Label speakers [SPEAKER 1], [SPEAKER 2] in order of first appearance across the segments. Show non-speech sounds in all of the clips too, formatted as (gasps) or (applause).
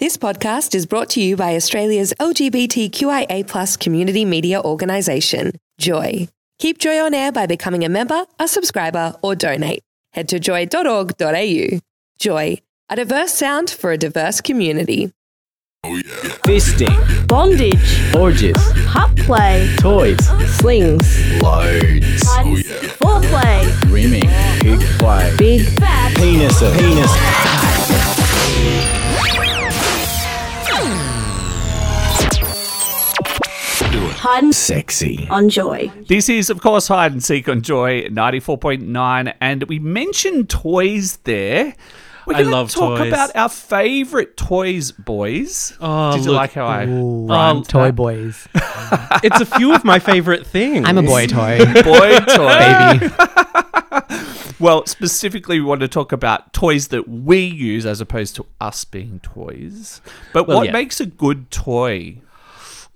[SPEAKER 1] This podcast is brought to you by Australia's LGBTQIA community media organisation, Joy. Keep Joy on air by becoming a member, a subscriber, or donate. Head to joy.org.au. Joy, a diverse sound for a diverse community.
[SPEAKER 2] Fisting,
[SPEAKER 3] Bondage,
[SPEAKER 2] orgies,
[SPEAKER 3] pup play,
[SPEAKER 2] toys,
[SPEAKER 3] slings,
[SPEAKER 2] loads,
[SPEAKER 3] foreplay,
[SPEAKER 2] rimming, hook play,
[SPEAKER 3] big fat.
[SPEAKER 2] penis, penis.
[SPEAKER 3] Pardon
[SPEAKER 2] Sexy.
[SPEAKER 3] on joy.
[SPEAKER 4] This is, of course, Hide and Seek on Joy 94.9, and we mentioned toys there. We're
[SPEAKER 5] I
[SPEAKER 4] gonna
[SPEAKER 5] love
[SPEAKER 4] talk
[SPEAKER 5] toys.
[SPEAKER 4] about our favorite toys, boys.
[SPEAKER 5] Oh,
[SPEAKER 4] Did you
[SPEAKER 5] look.
[SPEAKER 4] like how I
[SPEAKER 5] Ooh.
[SPEAKER 4] rhymed
[SPEAKER 5] Um,
[SPEAKER 4] that?
[SPEAKER 6] Toy boys.
[SPEAKER 5] It's a few of my
[SPEAKER 6] (laughs)
[SPEAKER 5] favorite things.
[SPEAKER 6] I'm a boy toy. (laughs)
[SPEAKER 4] Boy toy.
[SPEAKER 5] (laughs)
[SPEAKER 6] Baby.
[SPEAKER 4] (laughs) well, specifically, we want to talk about toys that we use as opposed to us being toys. But
[SPEAKER 5] Well,
[SPEAKER 4] what
[SPEAKER 5] yeah.
[SPEAKER 4] makes a good toy?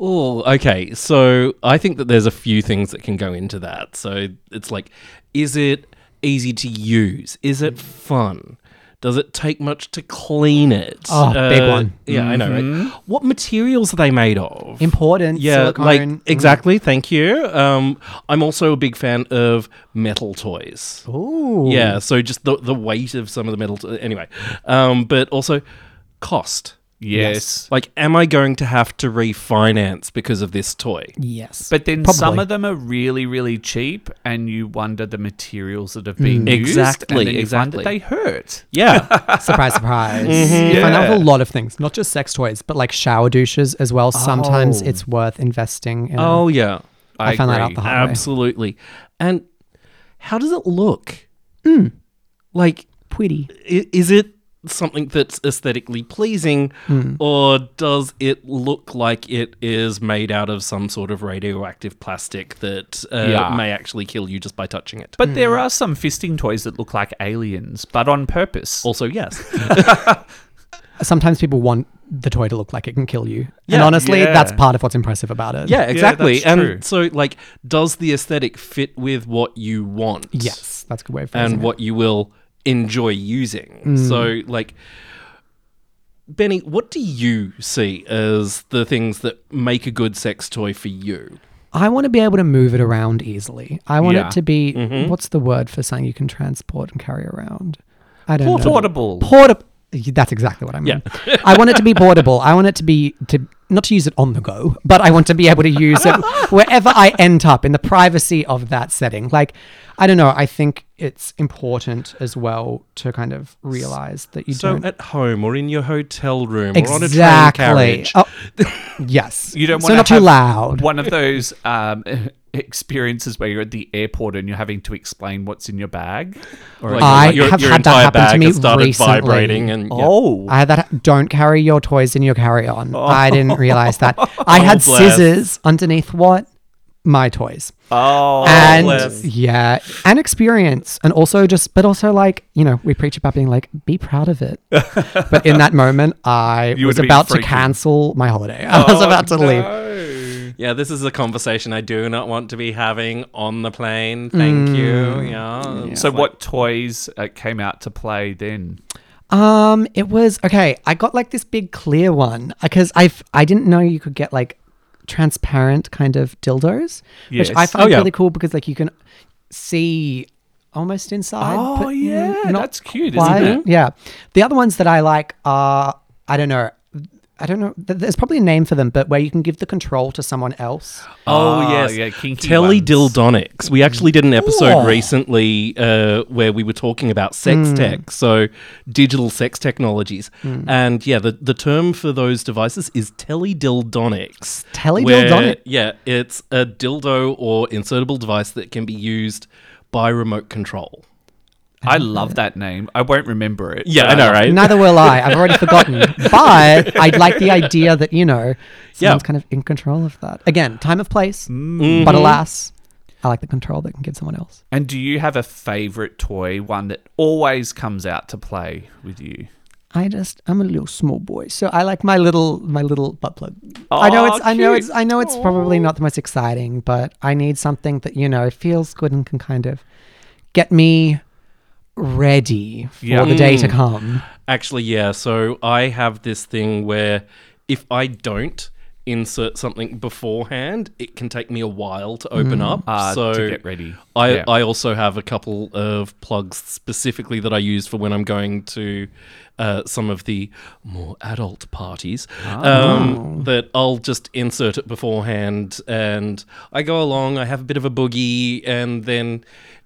[SPEAKER 5] Oh, okay. So I think that there's a few things that can go into that. So it's like, is it easy to use? Is it fun? Does it take much to clean it? Uh,
[SPEAKER 6] Oh, big one.
[SPEAKER 5] Yeah, I know.
[SPEAKER 4] Mm-hmm.
[SPEAKER 5] Right? What materials are they made of?
[SPEAKER 6] Important.
[SPEAKER 5] yeah,
[SPEAKER 6] silicone.
[SPEAKER 5] like exactly. Thank you. Um, I'm also a big fan of metal toys.
[SPEAKER 6] Ooh.
[SPEAKER 5] Yeah, so just the the weight of some of the metal. T- anyway, um, but also cost.
[SPEAKER 4] Yes.
[SPEAKER 5] Like, am I going to have to refinance because of this toy?
[SPEAKER 6] Yes.
[SPEAKER 4] (laughs) But then
[SPEAKER 6] Probably.
[SPEAKER 4] some of them are really, really cheap, and you wonder the materials that have been
[SPEAKER 6] Mm.
[SPEAKER 4] used.
[SPEAKER 5] Exactly,
[SPEAKER 4] and then you find that
[SPEAKER 5] exactly.
[SPEAKER 4] they hurt.
[SPEAKER 6] (laughs)
[SPEAKER 5] Yeah.
[SPEAKER 6] surprise, surprise. You find out with a lot of things, not just sex toys, but like shower douches as well. Sometimes
[SPEAKER 4] Oh.
[SPEAKER 6] it's worth investing in.
[SPEAKER 5] oh yeah.
[SPEAKER 6] I, found that out
[SPEAKER 4] agree.
[SPEAKER 6] the hard way.
[SPEAKER 5] Absolutely. And how does it look? Like,
[SPEAKER 6] Hmm. Pretty.
[SPEAKER 5] i- is it something that's aesthetically pleasing,
[SPEAKER 6] Hmm.
[SPEAKER 5] or does it look like it is made out of some sort of radioactive plastic that uh,
[SPEAKER 4] Yeah.
[SPEAKER 5] may actually kill you just by touching it?
[SPEAKER 6] Hmm.
[SPEAKER 4] But there are some fisting toys that look like aliens, but on purpose.
[SPEAKER 5] also,
[SPEAKER 6] (laughs)
[SPEAKER 5] yes.
[SPEAKER 6] Sometimes people want the toy to look like it can kill you.
[SPEAKER 5] Yeah.
[SPEAKER 6] and honestly,
[SPEAKER 4] Yeah.
[SPEAKER 6] that's part of what's impressive about it.
[SPEAKER 5] Yeah, exactly.
[SPEAKER 4] that's
[SPEAKER 5] and
[SPEAKER 4] true.
[SPEAKER 5] so, like, does the aesthetic fit with what you want?
[SPEAKER 6] Yes. That's Mm. a good way of phrasing
[SPEAKER 5] And
[SPEAKER 6] it.
[SPEAKER 5] what you will enjoy using. So, like, Benny, what do you see as the things that make a good sex toy for you?
[SPEAKER 6] I want to be able to move it around easily. I want
[SPEAKER 4] Yeah.
[SPEAKER 6] it to be
[SPEAKER 5] Mm-hmm.
[SPEAKER 6] what's the word for something you can transport and carry around? I don't know.
[SPEAKER 4] Portable.
[SPEAKER 6] Portable. That's exactly what I mean. I want it to be portable. I want it to be to not to use it on the go, but I want to be able to use it
[SPEAKER 5] (laughs)
[SPEAKER 6] wherever I end up in the privacy of that setting. Like, I don't know. I think it's important as well to kind of realize that you
[SPEAKER 5] so,
[SPEAKER 6] don't
[SPEAKER 5] at home or in your hotel room or on a train
[SPEAKER 6] exactly.
[SPEAKER 5] carriage.
[SPEAKER 6] Oh,
[SPEAKER 5] (laughs)
[SPEAKER 6] yes.
[SPEAKER 4] You don't
[SPEAKER 6] so
[SPEAKER 4] want
[SPEAKER 6] not
[SPEAKER 4] to
[SPEAKER 6] too
[SPEAKER 4] have
[SPEAKER 6] loud.
[SPEAKER 4] One of those um, (laughs) experiences where you're at the airport and you're having to explain what's in your bag.
[SPEAKER 5] Or like,
[SPEAKER 6] I
[SPEAKER 5] like your,
[SPEAKER 6] have
[SPEAKER 5] your
[SPEAKER 6] had that
[SPEAKER 5] entire
[SPEAKER 6] happen to
[SPEAKER 5] bag
[SPEAKER 6] me
[SPEAKER 5] has started
[SPEAKER 6] recently.
[SPEAKER 5] vibrating and yeah.
[SPEAKER 4] Oh,
[SPEAKER 6] I had that. Don't carry your toys in your carry-on. I didn't
[SPEAKER 4] (laughs)
[SPEAKER 6] realize that.
[SPEAKER 4] Oh,
[SPEAKER 6] I had
[SPEAKER 5] bless.
[SPEAKER 6] scissors underneath what my toys.
[SPEAKER 4] oh,
[SPEAKER 6] and
[SPEAKER 5] bless.
[SPEAKER 6] yeah, and experience, and also just, but also like you know, we preach about being like, be proud
[SPEAKER 4] (laughs)
[SPEAKER 6] of it. but in that moment, I
[SPEAKER 4] You
[SPEAKER 6] was
[SPEAKER 4] would be
[SPEAKER 6] about to
[SPEAKER 4] freaking- Oh,
[SPEAKER 6] cancel my holiday. I was about to leave.
[SPEAKER 4] leave.
[SPEAKER 5] Yeah, this is a conversation I do not want to be having on the plane. Thank
[SPEAKER 6] Mm.
[SPEAKER 5] you. Yeah. It's
[SPEAKER 4] So,
[SPEAKER 5] like-
[SPEAKER 4] what toys uh, came out to play then?
[SPEAKER 6] Um, it was okay. I got like this big clear one because I I didn't know you could get like transparent kind of dildos,
[SPEAKER 4] Yes.
[SPEAKER 6] which I find
[SPEAKER 5] Oh, yeah.
[SPEAKER 6] really cool because like you can see almost inside.
[SPEAKER 4] Oh,
[SPEAKER 6] but n-
[SPEAKER 4] yeah,
[SPEAKER 6] Mm, not
[SPEAKER 4] that's cute, isn't
[SPEAKER 6] quite.
[SPEAKER 4] it?
[SPEAKER 6] Yeah. The other ones that I like are I don't know. I don't know. th- There's probably a name for them, but where you can give the control to someone else.
[SPEAKER 5] Oh,
[SPEAKER 4] Ah,
[SPEAKER 5] yes,
[SPEAKER 4] yeah, kinky
[SPEAKER 5] Telly
[SPEAKER 4] ones.
[SPEAKER 5] dildonics. We actually did an episode recently uh, where we were talking about sex tech, so digital sex technologies, and yeah, the, the term for those devices is teledildonics.
[SPEAKER 6] Teledildonic.
[SPEAKER 5] where- Yeah, it's a dildo or insertable device that can be used by remote control.
[SPEAKER 4] I love that name. I won't remember it.
[SPEAKER 5] Yeah,
[SPEAKER 4] but
[SPEAKER 5] I know, right?
[SPEAKER 6] Neither will I. I've
[SPEAKER 4] (laughs)
[SPEAKER 6] already forgotten. But I like the idea that, you know, someone's kind of in control of that. Again, time of place.
[SPEAKER 4] Mm-hmm.
[SPEAKER 6] But alas, I like the control that can give someone else.
[SPEAKER 4] And do you have a favorite toy, one that always comes out to play with you?
[SPEAKER 6] I just I'm a little small boy. So I like my little my little butt plug. I know
[SPEAKER 4] Aw,
[SPEAKER 6] it's I know
[SPEAKER 4] cute.
[SPEAKER 6] it's I know it's probably not the most exciting, but I need something that, you know, feels good and can kind of get me ready for
[SPEAKER 4] Yeah. Mm.
[SPEAKER 6] the day to come.
[SPEAKER 5] Actually, yeah. So I have this thing where if I don't insert something beforehand, it can take me a while to open up.
[SPEAKER 4] Ah,
[SPEAKER 5] so
[SPEAKER 4] to get ready.
[SPEAKER 5] I,
[SPEAKER 4] Yeah.
[SPEAKER 5] I also have a couple of plugs specifically that I use for when I'm going to uh, some of the more adult parties um, that I'll just insert it beforehand and I go along, I have a bit of a boogie, and then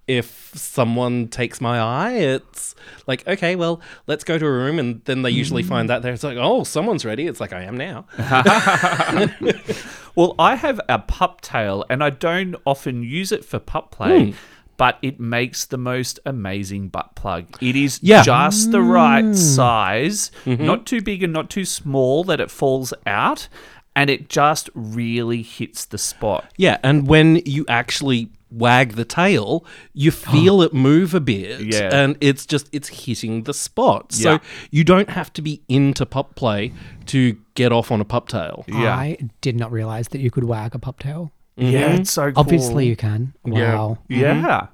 [SPEAKER 5] if someone takes my eye, it's like, okay, well, let's go to a room. And then they usually find that there. It's like, oh, someone's ready. It's like, I am now.
[SPEAKER 4] Well, I have a pup tail, and I don't often use it for pup play, but it makes the most amazing butt plug. It is
[SPEAKER 5] Yeah.
[SPEAKER 4] just the right size, not too big and not too small that it falls out, and it just really hits the spot.
[SPEAKER 5] Yeah, and when you actually wag the tail, you feel it move a bit,
[SPEAKER 4] Oh. Yeah.
[SPEAKER 5] and it's just it's hitting the spot.
[SPEAKER 4] Yeah.
[SPEAKER 5] So you don't have to be into pup play to get off on a pup tail.
[SPEAKER 4] Yeah.
[SPEAKER 6] I did not realize that you could wag a pup tail.
[SPEAKER 4] Yeah, it's so cool.
[SPEAKER 6] Obviously, you can. Wow.
[SPEAKER 5] Mm-hmm.
[SPEAKER 4] Yeah.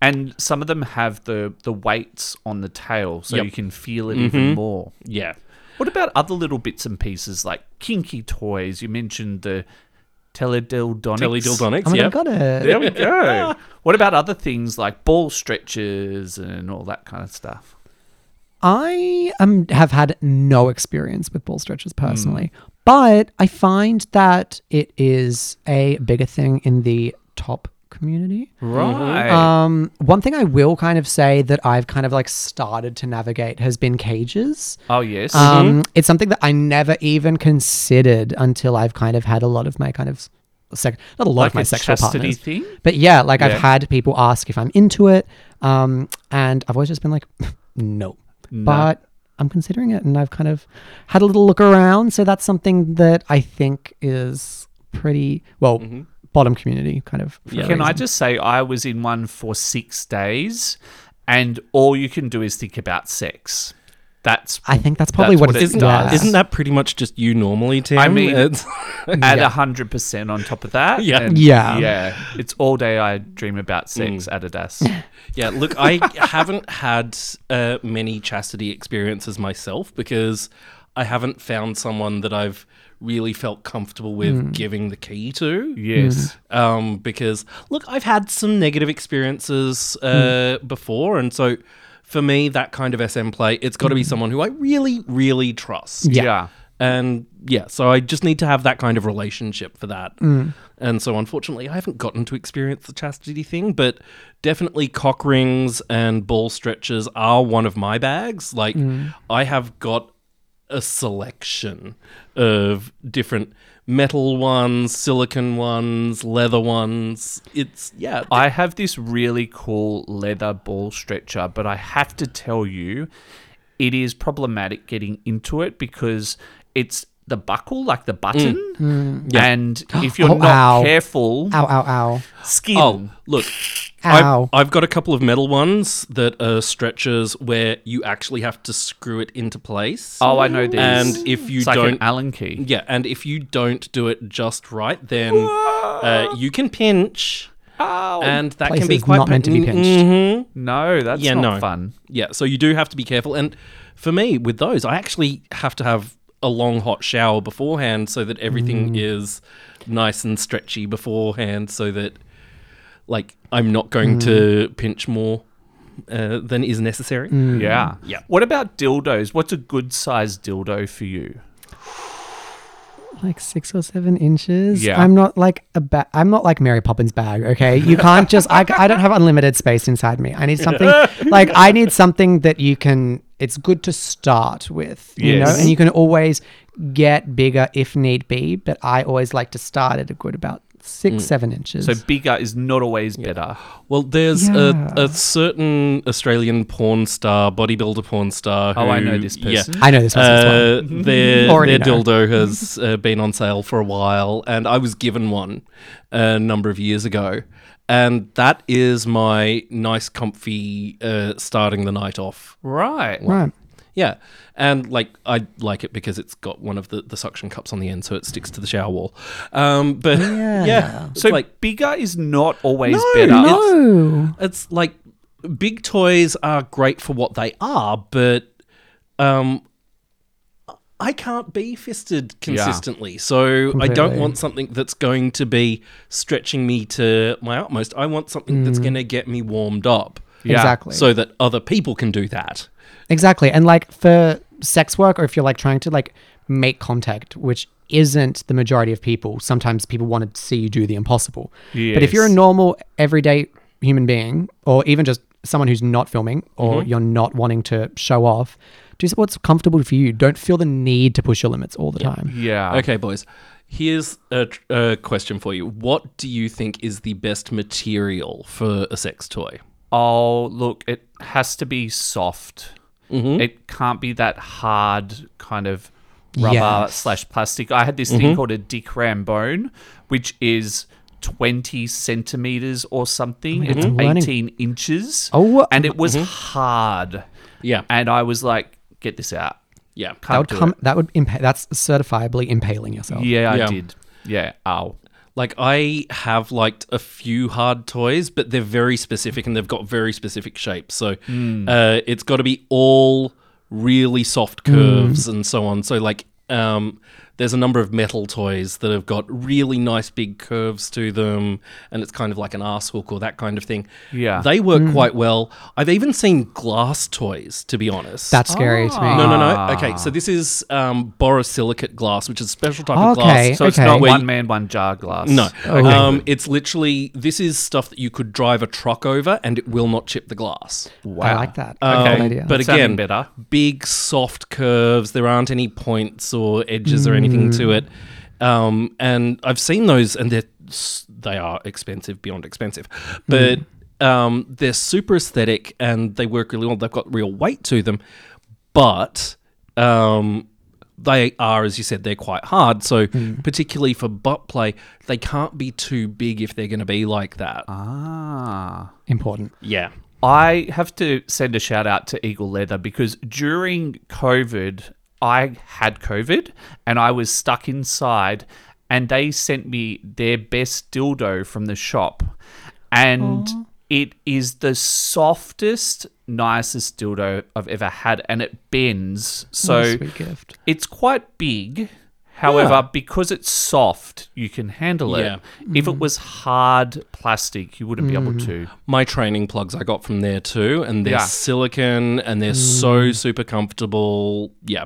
[SPEAKER 4] And some of them have the, the weights on the tail, so
[SPEAKER 5] Yep. Mm-hmm.
[SPEAKER 4] you can feel it even more.
[SPEAKER 5] Yeah.
[SPEAKER 4] What about other little bits and pieces like kinky toys? You mentioned the teledildonics.
[SPEAKER 5] Teledildonics,
[SPEAKER 6] I mean,
[SPEAKER 5] yeah.
[SPEAKER 6] I got it.
[SPEAKER 4] There we go. what about other things like ball stretchers and all that kind of stuff?
[SPEAKER 6] I um, have had no experience with ball stretches
[SPEAKER 4] Hmm.
[SPEAKER 6] personally, but I find that it is a bigger thing in the top community.
[SPEAKER 4] Right.
[SPEAKER 6] Um, one thing I will kind of say that I've kind of like started to navigate has been cages.
[SPEAKER 4] oh yes.
[SPEAKER 5] Mm-hmm.
[SPEAKER 6] Um, It's something that I never even considered until I've kind of had a lot of my kind of sec- not a lot
[SPEAKER 4] Like
[SPEAKER 6] of my
[SPEAKER 4] a
[SPEAKER 6] sexual
[SPEAKER 4] chastity
[SPEAKER 6] partners.
[SPEAKER 4] thing?
[SPEAKER 6] But yeah, like
[SPEAKER 4] Yeah.
[SPEAKER 6] I've had people ask if I'm into it, um, and I've always just been like, (laughs) no. But I'm considering it, and I've kind of had a little look around. So that's something that I think is pretty well bottom community kind of. for a
[SPEAKER 4] Can I
[SPEAKER 6] reason.
[SPEAKER 4] just say I was in one for six days, and all you can do is think about sex. That's
[SPEAKER 6] I think that's probably
[SPEAKER 4] That's
[SPEAKER 6] what,
[SPEAKER 4] what
[SPEAKER 6] it
[SPEAKER 4] it
[SPEAKER 6] is.
[SPEAKER 4] does.
[SPEAKER 5] (laughs) Isn't that pretty much just you normally, Tim?
[SPEAKER 4] I mean-
[SPEAKER 5] It's- (laughs)
[SPEAKER 4] add a hundred percent on top of that.
[SPEAKER 5] Yeah. Mm.
[SPEAKER 4] and
[SPEAKER 6] Yeah.
[SPEAKER 4] yeah. It's all day I dream about sex.
[SPEAKER 6] (laughs)
[SPEAKER 4] Adidas.
[SPEAKER 5] Yeah, look, I haven't had uh, many chastity experiences myself because I haven't found someone that I've really felt comfortable with giving the key to.
[SPEAKER 6] Mm.
[SPEAKER 4] Yes.
[SPEAKER 5] Um, because look, I've had some negative experiences uh, before, and so for me, that kind of SM play, it's got to be someone who I really, really trust.
[SPEAKER 6] Yeah.
[SPEAKER 4] yeah.
[SPEAKER 5] And yeah, so I just need to have that kind of relationship for that.
[SPEAKER 4] Mm.
[SPEAKER 5] And so unfortunately, I haven't gotten to experience the chastity thing, but definitely cock rings and ball stretchers are one of my bags. Like,
[SPEAKER 4] Mm.
[SPEAKER 5] I have got a selection of different metal ones, silicon ones, leather ones. It's, yeah.
[SPEAKER 4] I have this really cool leather ball stretcher, but I have to tell you, it is problematic getting into it because it's the buckle, like the button,
[SPEAKER 5] Mm.
[SPEAKER 6] (gasps)
[SPEAKER 4] and if you're
[SPEAKER 6] Mm. Oh,
[SPEAKER 4] not
[SPEAKER 6] ow.
[SPEAKER 4] careful,
[SPEAKER 6] Ow, ow, ow.
[SPEAKER 4] skin.
[SPEAKER 5] oh, look.
[SPEAKER 6] Ow.
[SPEAKER 5] I've, I've got a couple of metal ones that are stretchers where you actually have to screw it into place.
[SPEAKER 4] Oh, I know these.
[SPEAKER 5] And if you
[SPEAKER 4] it's like an
[SPEAKER 5] don't,
[SPEAKER 4] Allen key,
[SPEAKER 5] yeah, and if you don't do it just right, then uh, you can pinch, and that
[SPEAKER 6] Place
[SPEAKER 5] can be
[SPEAKER 6] is
[SPEAKER 5] quite
[SPEAKER 6] Oh, not meant to be
[SPEAKER 5] pain-
[SPEAKER 6] pinched.
[SPEAKER 5] Mhm.
[SPEAKER 4] Oh, no, that's
[SPEAKER 5] Yeah,
[SPEAKER 4] not
[SPEAKER 5] no.
[SPEAKER 4] fun.
[SPEAKER 5] Yeah, so you do have to be careful. And for me, with those, I actually have to have a long hot shower beforehand so that everything
[SPEAKER 6] Mm.
[SPEAKER 5] is nice and stretchy beforehand, so that like I'm not going to
[SPEAKER 6] Mm.
[SPEAKER 5] pinch more uh, than is necessary.
[SPEAKER 4] Mm. Yeah.
[SPEAKER 5] Yeah.
[SPEAKER 4] What about dildos? What's a good size dildo for you?
[SPEAKER 6] like six or seven inches.
[SPEAKER 4] Yeah.
[SPEAKER 6] I'm not like a ba- I'm not like Mary Poppins bag. Okay, you can't just. I, I don't have unlimited space inside me. I need
[SPEAKER 4] (laughs)
[SPEAKER 6] something like I need something that you can. It's good to start with, you
[SPEAKER 4] Yes.
[SPEAKER 6] know, and you can always get bigger if need be. But I always like to start at a good about six, seven inches.
[SPEAKER 4] Mm. So bigger is not always better.
[SPEAKER 5] Well, there's
[SPEAKER 6] Yeah.
[SPEAKER 5] a, a certain Australian porn star, bodybuilder porn star. Who,
[SPEAKER 4] Oh, I know this person.
[SPEAKER 5] Yeah,
[SPEAKER 6] I know this was
[SPEAKER 5] uh, their
[SPEAKER 6] Already
[SPEAKER 5] their
[SPEAKER 6] know.
[SPEAKER 5] dildo has uh, been on sale for a while, and I was given one a number of years ago, and that is my nice, comfy uh, starting the night off.
[SPEAKER 4] Right.
[SPEAKER 6] right.
[SPEAKER 5] Yeah, and like I like it because it's got one of the, the suction cups on the end, so it sticks to the shower wall. Um, but (laughs) yeah,
[SPEAKER 6] Yeah.
[SPEAKER 5] it's
[SPEAKER 4] So
[SPEAKER 5] like
[SPEAKER 4] bigger is not always
[SPEAKER 5] No,
[SPEAKER 4] better.
[SPEAKER 5] no.
[SPEAKER 6] Ooh.
[SPEAKER 5] it's like big toys are great for what they are, but um, I can't be fisted consistently. So I don't
[SPEAKER 6] Completely.
[SPEAKER 5] want something that's going to be stretching me to my utmost. I want something that's going to get me warmed up.
[SPEAKER 4] Yeah.
[SPEAKER 6] Mm. Exactly.
[SPEAKER 5] So that other people can do that.
[SPEAKER 6] Exactly. And like for sex work, or if you're like trying to like make contact, which isn't the majority of people, sometimes people want to see you do the impossible. But if you're a
[SPEAKER 4] Yes.
[SPEAKER 6] normal, everyday human being, or even just someone who's not filming, or
[SPEAKER 4] Mm-hmm.
[SPEAKER 6] you're not wanting to show off, do what's comfortable for you. Don't feel the need to push your limits all the time.
[SPEAKER 4] Yeah.
[SPEAKER 5] Okay, boys. Here's a, tr- a question for you. What do you think is the best material for a sex toy?
[SPEAKER 4] Oh, look, it has to be soft. It can't be that hard kind of rubber
[SPEAKER 6] Yes.
[SPEAKER 4] slash plastic. I had this thing called a Dick Rambone, which is 20 centimeters or something. it's
[SPEAKER 6] I'm learning.
[SPEAKER 4] 18 inches.
[SPEAKER 6] Oh, wha-
[SPEAKER 4] and it was hard.
[SPEAKER 5] Yeah.
[SPEAKER 4] And I was like, get this out.
[SPEAKER 5] Yeah.
[SPEAKER 6] That
[SPEAKER 4] Can't
[SPEAKER 6] would
[SPEAKER 4] do
[SPEAKER 6] come.
[SPEAKER 4] it.
[SPEAKER 6] That would impa- That's certifiably impaling yourself.
[SPEAKER 4] Yeah, I
[SPEAKER 5] Yeah.
[SPEAKER 4] did. Yeah. Ow.
[SPEAKER 5] Like I have liked a few hard toys, but they're very specific and they've got very specific shapes. So uh, it's got to be all really soft curves and so on. So like um, there's a number of metal toys that have got really nice big curves to them, and it's kind of like an arse hook or that kind of thing.
[SPEAKER 4] Yeah.
[SPEAKER 5] they work
[SPEAKER 6] Hmm.
[SPEAKER 5] quite well. I've even seen glass toys, to be honest.
[SPEAKER 6] That's scary
[SPEAKER 4] Ah,
[SPEAKER 6] to me.
[SPEAKER 5] no, no, no. Okay, so this is um, borosilicate glass, which is a special type of glass.
[SPEAKER 6] Okay.
[SPEAKER 4] So it's
[SPEAKER 6] Okay.
[SPEAKER 4] not
[SPEAKER 5] Where
[SPEAKER 4] one
[SPEAKER 5] you-
[SPEAKER 4] man, one jar glass.
[SPEAKER 5] No. Um, it's literally, this is stuff that you could drive a truck over and it will not chip the glass.
[SPEAKER 4] Wow.
[SPEAKER 6] I like that.
[SPEAKER 5] Um,
[SPEAKER 6] That's a good idea.
[SPEAKER 5] But
[SPEAKER 4] Sounding
[SPEAKER 5] again,
[SPEAKER 4] better.
[SPEAKER 5] big soft curves. There aren't any points or edges or anything to it. Um, and I've seen those and they're, s- they are expensive, beyond expensive. But um, they're super aesthetic and they work really well. They've got real weight to them. But. Um, they are, as you said, they're quite hard. So, particularly for butt play, they can't be too big if they're going to be like that.
[SPEAKER 4] Ah.
[SPEAKER 6] Important.
[SPEAKER 5] yeah.
[SPEAKER 4] I have to send a shout out to Eagle Leather because during COVID, I had COVID and I was stuck inside, and they sent me their best dildo from the shop. And it is the softest, nicest dildo I've ever had, and it bends. So
[SPEAKER 6] What a sweet gift.
[SPEAKER 4] it's quite big. However, because it's soft, you can handle it.
[SPEAKER 5] Yeah.
[SPEAKER 4] If
[SPEAKER 6] Mm-hmm.
[SPEAKER 4] it was hard plastic, you wouldn't be able
[SPEAKER 6] Mm.
[SPEAKER 4] to.
[SPEAKER 5] my training plugs I got from there too, and they're
[SPEAKER 4] Yeah.
[SPEAKER 5] silicon and they're so super comfortable. Yeah.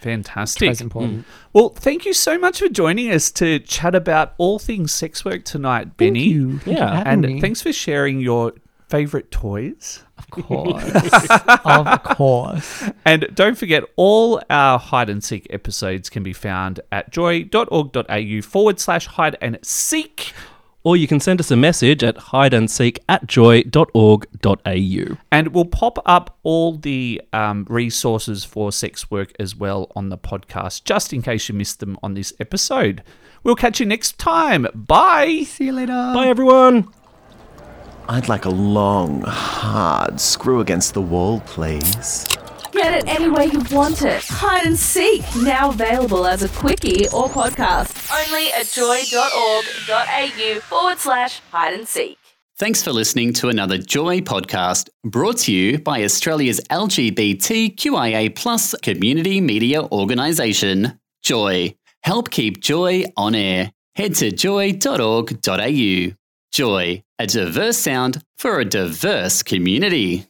[SPEAKER 4] Fantastic.
[SPEAKER 6] That's important.
[SPEAKER 4] Well, thank you so much for joining us to chat about all things sex work tonight, Benny.
[SPEAKER 5] Yeah.
[SPEAKER 6] for having
[SPEAKER 4] And
[SPEAKER 6] me.
[SPEAKER 4] thanks for sharing your favorite toys.
[SPEAKER 6] Of course. (laughs) of course.
[SPEAKER 4] And don't forget, all our hide and seek episodes can be found at joy.org.au forward slash hide and seek.
[SPEAKER 5] Or you can send us a message at hideandseek at joy.org.au.
[SPEAKER 4] And we'll pop up all the um, resources for sex work as well on the podcast, just in case you missed them on this episode. We'll catch you next time. Bye.
[SPEAKER 6] See you later.
[SPEAKER 5] Bye, everyone.
[SPEAKER 7] I'd like a long, hard screw against the wall, please.
[SPEAKER 3] Get it any way you want it. Hide and seek now available as a quickie or podcast. Only at joy.org.au forward slash hide and seek.
[SPEAKER 8] Thanks for listening to another Joy podcast brought to you by Australia's LGBTQIA plus community media organisation, Joy. Help keep Joy on air. Head to joy.org.au. Joy, a diverse sound for a diverse community.